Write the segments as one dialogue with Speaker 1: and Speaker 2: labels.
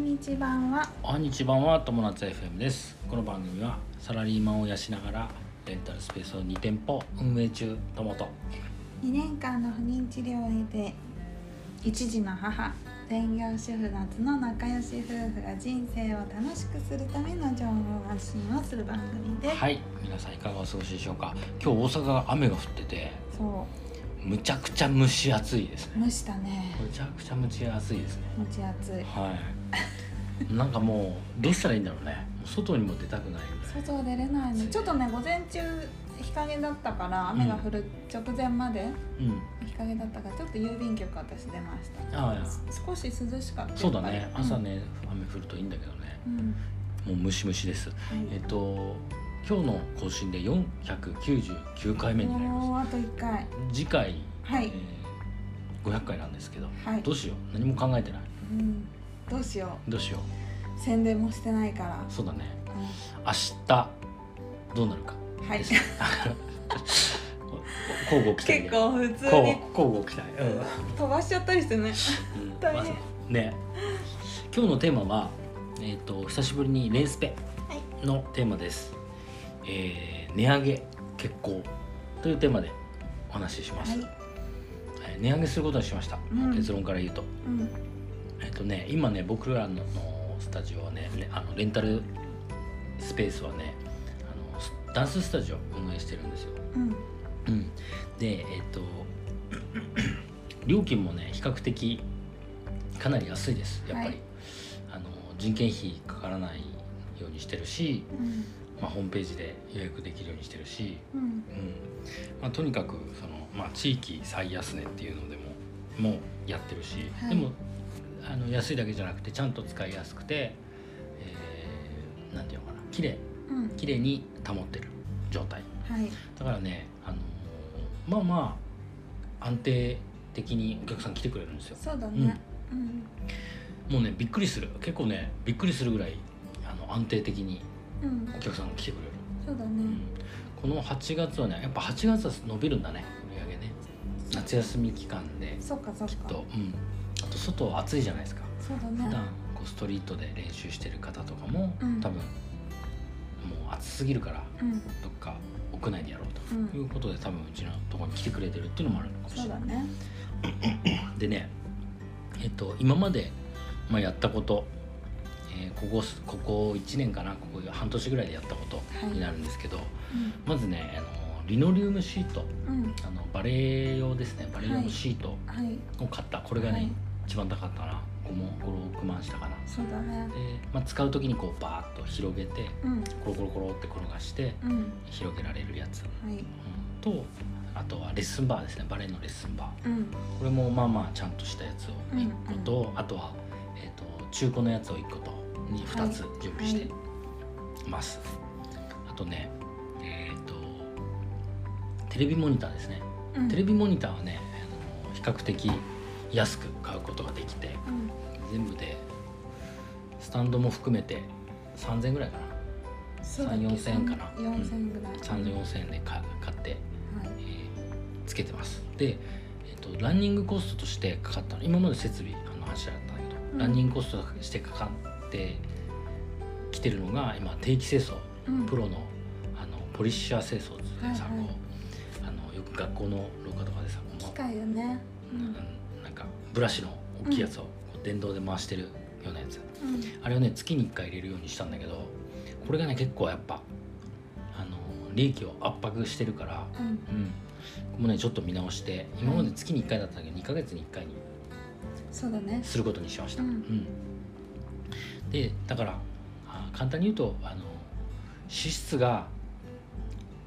Speaker 1: 日版は
Speaker 2: おはにちばんは友達 FM ですこの番組はサラリーマンを養いながらレンタルスペースを2店舗運営中友と
Speaker 1: 2年間の不妊治療を経て一児の母専業主婦夏の仲良し夫婦が人生を楽しくするための情報発信をする番組です、
Speaker 2: はい皆さんいかがお過ごしでしょうか今日大阪が雨が降ってて
Speaker 1: そ
Speaker 2: むちゃくちゃ蒸し暑いです
Speaker 1: う
Speaker 2: ね
Speaker 1: 蒸したね
Speaker 2: むちゃくちゃ蒸し暑いですね
Speaker 1: 蒸し暑い
Speaker 2: はい なんかもうどうしたらいいんだろうねもう外にも出たくないぐらい
Speaker 1: 外出れないねちょっとね午前中日陰だったから雨が降る直前まで
Speaker 2: うん
Speaker 1: 日陰だったからちょっと郵便局私出ました
Speaker 2: ああ
Speaker 1: 少し涼しかった
Speaker 2: そうだね
Speaker 1: やっぱり
Speaker 2: 朝ね雨降るといいんだけどね
Speaker 1: うん、うん
Speaker 2: もうムシムシです
Speaker 1: はい
Speaker 2: えっと今日の更新で499回目になります
Speaker 1: もうあと1回
Speaker 2: 次回、
Speaker 1: はい
Speaker 2: えー500回なんですけど
Speaker 1: はい
Speaker 2: どうしよう何も考えてない
Speaker 1: うん、どうしよ
Speaker 2: どうしよ
Speaker 1: う宣伝もしてないから、
Speaker 2: うそうだね
Speaker 1: う
Speaker 2: 明日どうなるか
Speaker 1: ん、はい
Speaker 2: です 交互期待
Speaker 1: 結構普通
Speaker 2: 交
Speaker 1: に
Speaker 2: 交互期待うん
Speaker 1: 飛ばしちゃったりしてね
Speaker 2: うん
Speaker 1: 大変
Speaker 2: まあね今日のテーマは、えー、と久しぶりにレースペのテーマです、えー値上げ決行というテーマでお話しします、
Speaker 1: はい
Speaker 2: えー値上げすることにしました、
Speaker 1: うん
Speaker 2: 結論から言うと
Speaker 1: うん
Speaker 2: えっ、とね今ね僕らのスタジオはねレあのレンタルスペースはねあのスダンススタジオを運営してるんですよ、
Speaker 1: うん
Speaker 2: うん、でえっ、と 料金もね比較的かなり安いですやっぱり、
Speaker 1: はい
Speaker 2: あの人件費かからないようにしてるし、
Speaker 1: うん
Speaker 2: まあ、ホームページで予約できるようにしてるし、
Speaker 1: うん
Speaker 2: うんまあ、とにかくその、まあ、地域最安値っていうのでももうやってるし、
Speaker 1: はい
Speaker 2: でもあの安いだけじゃなくてちゃんと使いやすくて、えーなんていうのかな綺麗
Speaker 1: うん
Speaker 2: 綺麗に保ってる状態
Speaker 1: はい
Speaker 2: だからね、あのまあまあ安定的にお客さん来てくれるんですよ
Speaker 1: そうだねうん
Speaker 2: もうねびっくりする結構ねびっくりするぐらいあの安定的に
Speaker 1: うん、
Speaker 2: お客さんが来てくれる、
Speaker 1: そうだ
Speaker 2: う
Speaker 1: ね
Speaker 2: んこの8月はねやっぱ8月は伸びるんだね売り上げね夏休み期間で
Speaker 1: そっかそっ
Speaker 2: きっ
Speaker 1: か
Speaker 2: と、うん、あと外暑いじゃないですか
Speaker 1: そうだ
Speaker 2: 普
Speaker 1: ね
Speaker 2: 段こうストリートで練習してる方とかも、
Speaker 1: うん
Speaker 2: 多分もう暑すぎるから
Speaker 1: うん
Speaker 2: どっか屋内でやろうと
Speaker 1: うん
Speaker 2: いうことで多分うちのところに来てくれてるっていうのもあるのかもしれ
Speaker 1: そ
Speaker 2: な
Speaker 1: う
Speaker 2: い
Speaker 1: だね
Speaker 2: でねえっと今まで、まあ、やったこと、えーここすここ1年かなここ半年ぐらいでやったこと
Speaker 1: い
Speaker 2: になるんですけど、まずねあのリノリウムシート
Speaker 1: うんうん
Speaker 2: あのバレエ用ですねバレエ用のシート
Speaker 1: はい
Speaker 2: を買った、これがね、
Speaker 1: はい
Speaker 2: 一番高かったかな56万したかな
Speaker 1: そうだね
Speaker 2: で、まあ、使う時にこうバーッと広げて
Speaker 1: うん
Speaker 2: コロコロコロって転がして
Speaker 1: うん
Speaker 2: 広げられるやつ、うん
Speaker 1: はい
Speaker 2: とあとはレッスンバーですねバレエのレッスンバー
Speaker 1: うん
Speaker 2: これもまあまあちゃんとしたやつを
Speaker 1: うん
Speaker 2: 1個と、あとは、えー、と中古のやつを1個とに
Speaker 1: は
Speaker 2: 2
Speaker 1: い
Speaker 2: つ準備してます、あとねえっ、とテレビモニターですね、
Speaker 1: うん
Speaker 2: テレビモニターはねあの比較的安く買うことができて
Speaker 1: うん
Speaker 2: 全部でスタンドも含めて3000ぐらいかな
Speaker 1: そうだっけ
Speaker 2: 3 4000かな
Speaker 1: 4 0ぐらい
Speaker 2: 30004000円でか買って、
Speaker 1: はい
Speaker 2: えーつけてますで、えー、とランニングコストとしてかかったの今まで設備あの話だったんだけど、
Speaker 1: うん
Speaker 2: ランニングコストとしてかかってきてるのが今定期清掃
Speaker 1: うん
Speaker 2: プロのあのポリッシャー清掃です
Speaker 1: はいは
Speaker 2: ね
Speaker 1: い
Speaker 2: 産後、あのよく学校の廊下とかでさ
Speaker 1: 機
Speaker 2: こ
Speaker 1: 械よねう
Speaker 2: の
Speaker 1: ん
Speaker 2: うんなんかブラシの大きいやつをこう電動で回してるようなやつ
Speaker 1: うん
Speaker 2: あれをね月に1回入れるようにしたんだけどこれがね結構やっぱあの利益を圧迫してるから、
Speaker 1: うん
Speaker 2: うん、ここもねちょっと見直して今まで月に1回だったんだけど2ヶ月に1回に
Speaker 1: そうだね
Speaker 2: することにしました、
Speaker 1: うん
Speaker 2: うんでだからあ簡単に言うとあの支出が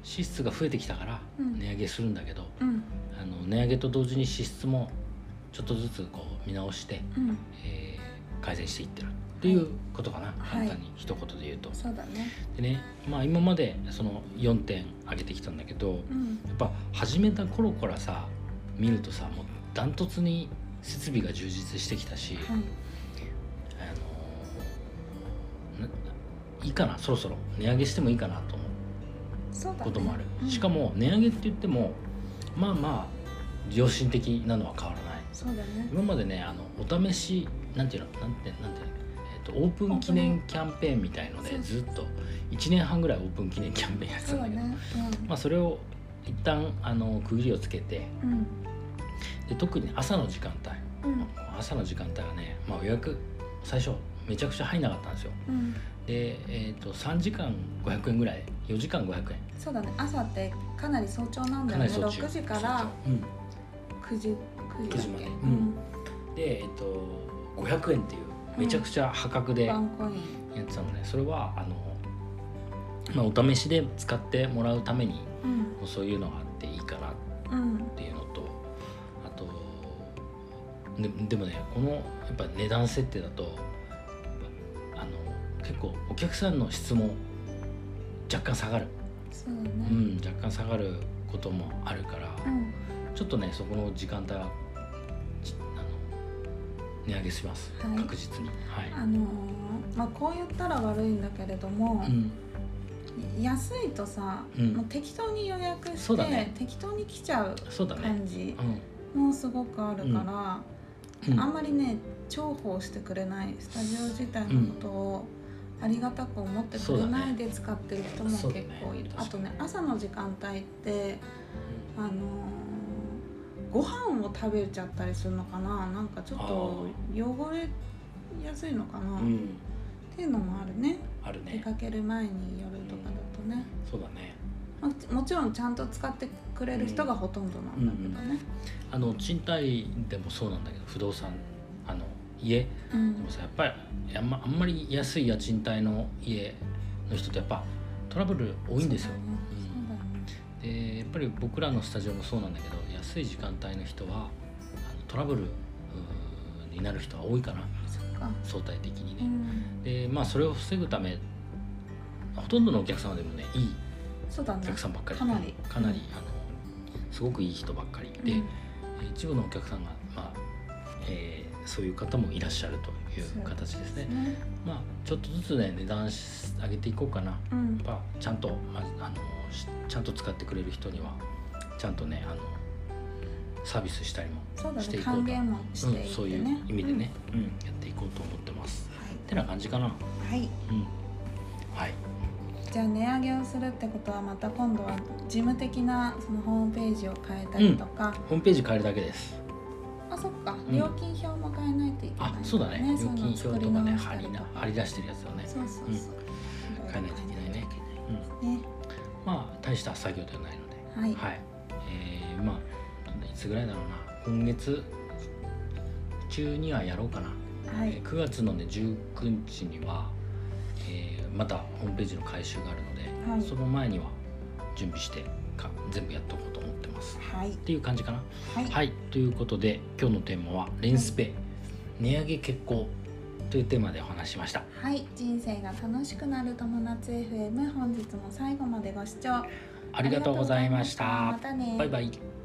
Speaker 2: 支出が増えてきたから
Speaker 1: うん
Speaker 2: 値上げするんだけど、
Speaker 1: うん
Speaker 2: あの値上げと同時に支出もちょっとずつこう見直して、
Speaker 1: うん
Speaker 2: えー改善していってるっていうことかな、
Speaker 1: はい
Speaker 2: 簡単に一言で言うと。
Speaker 1: そうだね
Speaker 2: でねまあ今までその4点上げてきたんだけど、
Speaker 1: うん
Speaker 2: やっぱ始めた頃からさ見るとさもうダントツに設備が充実してきたし、
Speaker 1: はい
Speaker 2: あのないいかなそろそろ値上げしてもいいかなと思
Speaker 1: そうだ
Speaker 2: う
Speaker 1: ね
Speaker 2: こともある、
Speaker 1: うん
Speaker 2: しかも値上げって言ってもまあまあ良心的なのは変わらない
Speaker 1: そうだね
Speaker 2: 今までねあのお試しなんていうのなんてなんていうのえっ、ー、とオープン記念キャンペーンみたいの
Speaker 1: そ
Speaker 2: で
Speaker 1: う
Speaker 2: ずっと1年半ぐらいオープン記念キャンペーンやってた
Speaker 1: そ
Speaker 2: ん
Speaker 1: う
Speaker 2: だけど、
Speaker 1: ね
Speaker 2: まあ、それを一旦あの区切りをつけて
Speaker 1: うんうん
Speaker 2: で特に朝の時間帯
Speaker 1: うん
Speaker 2: 朝の時間帯はね、まあ、予約最初めちゃくちゃ入んなかったんですよ
Speaker 1: うん
Speaker 2: で、えー、と3時間500円ぐらい4時間500円
Speaker 1: そうだね朝ってかなり早朝なんだ
Speaker 2: か
Speaker 1: よね
Speaker 2: なり早
Speaker 1: 6
Speaker 2: 中
Speaker 1: 時から
Speaker 2: うん、
Speaker 1: 9時9
Speaker 2: 9時
Speaker 1: 時だ
Speaker 2: ま
Speaker 1: っ
Speaker 2: で
Speaker 1: け、
Speaker 2: うんで、えー、と500円っていうめちゃくちゃ破格で
Speaker 1: ワ
Speaker 2: や
Speaker 1: ンコイン
Speaker 2: ってたので、それはあの、まあ、お試しで使ってもらうために
Speaker 1: うん
Speaker 2: そういうのがあっていいかなっ
Speaker 1: うん
Speaker 2: ていうのとあとででもねこのやっぱ値段設定だとあの結構お客さんの質も若干下がる、
Speaker 1: そうだね
Speaker 2: う、ん、若干下がることもあるから
Speaker 1: うん
Speaker 2: ちょっとねそこの時間帯はちあの値上げします、
Speaker 1: はい
Speaker 2: 確実には
Speaker 1: あのーまあこう言ったら悪いんだけれども
Speaker 2: い、う、ん
Speaker 1: 安いとさ、
Speaker 2: うん
Speaker 1: もう適当に予約して
Speaker 2: そうだね
Speaker 1: 適当に来ちゃう
Speaker 2: そうだね
Speaker 1: 感じ
Speaker 2: う
Speaker 1: もすごくあるから、
Speaker 2: ん、うん、
Speaker 1: あんまりね重宝してくれないスタジオ自体のことをありがたく思ってくれないで使ってる人も結
Speaker 2: そう
Speaker 1: 構
Speaker 2: だね
Speaker 1: いる、あ
Speaker 2: そうだね
Speaker 1: とね朝の時間帯ってあのーご飯を食べちゃったりするのかななんかちょっと汚れやすいのかな、
Speaker 2: う
Speaker 1: っ
Speaker 2: ん、
Speaker 1: ていうのもあるね
Speaker 2: ある
Speaker 1: 出
Speaker 2: ね
Speaker 1: かける前に夜とかだとね、
Speaker 2: そうだね
Speaker 1: まあもちろんちゃんと使ってくれる人がほとんどなんだけどね、
Speaker 2: あの賃貸でもそうなんだけど不動産あの家
Speaker 1: うん
Speaker 2: でもさやっぱりあん,、まあんまり安い家賃帯の家の人ってやっぱトラブル多いんですよ。
Speaker 1: そうだよね
Speaker 2: でやっぱり僕らのスタジオもそうなんだけど安い時間帯の人はあのトラブルうーになる人は多いかな
Speaker 1: そっか、
Speaker 2: 相対的に
Speaker 1: う
Speaker 2: ね。
Speaker 1: ん
Speaker 2: でまあそれを防ぐためほとんどのお客様でもねいい
Speaker 1: そうだね
Speaker 2: お客さんばっかり
Speaker 1: かなり
Speaker 2: かなりあのすごくいい人ばっかりで。
Speaker 1: うん
Speaker 2: えー一部のお客さんが、まあえーそういう方もいらっしゃるという形ですね。
Speaker 1: ね
Speaker 2: まあ、ちょっとずつね値段し上げていこうかな。や
Speaker 1: うん
Speaker 2: っぱちゃんと、まあ、あのしちゃんと使ってくれる人にはちゃんとねあのサービスしたりも
Speaker 1: そうだ
Speaker 2: して
Speaker 1: ね
Speaker 2: いこうと
Speaker 1: 還元もしてい
Speaker 2: うん、
Speaker 1: っ
Speaker 2: そう
Speaker 1: て
Speaker 2: いう
Speaker 1: ね
Speaker 2: 意味でね、うんやっていこうと思ってます。
Speaker 1: う
Speaker 2: てな感じかな。
Speaker 1: んはい、はい、
Speaker 2: うん、はい、
Speaker 1: じゃあ値上げをするってことはまた今度は事務的なそのホームページを変えたりとか、
Speaker 2: ホームページ変えるだけです。
Speaker 1: あそっか
Speaker 2: うん
Speaker 1: 料金表も変えないといけない
Speaker 2: あ
Speaker 1: から、
Speaker 2: そうだね。料
Speaker 1: その
Speaker 2: 金
Speaker 1: 作
Speaker 2: 表
Speaker 1: り
Speaker 2: とかね
Speaker 1: 直し
Speaker 2: 貼
Speaker 1: た
Speaker 2: り
Speaker 1: と
Speaker 2: な
Speaker 1: か
Speaker 2: 貼り出してるやつだね。
Speaker 1: そうそうそう、
Speaker 2: 変えないといけないね。
Speaker 1: ね
Speaker 2: まあ大した作業ではないので。
Speaker 1: はい、
Speaker 2: はい、えーまあいつぐらいだろうな今月中にはやろうかな、
Speaker 1: は
Speaker 2: えー
Speaker 1: い、
Speaker 2: 9月のね19日には、えーまたホームページの改修があるので、
Speaker 1: はい
Speaker 2: その前には準備してか全部やっとこうと思ってます
Speaker 1: はい
Speaker 2: っていう感じかな
Speaker 1: はい
Speaker 2: はいということで今日のテーマは「レンスペ、値上げ決行」というテーマでお話ししました
Speaker 1: はい人生が楽しくなる友達 FM 本日も最後までご視聴
Speaker 2: ありがとうございました
Speaker 1: ありがとうございましたまたね
Speaker 2: バイバイ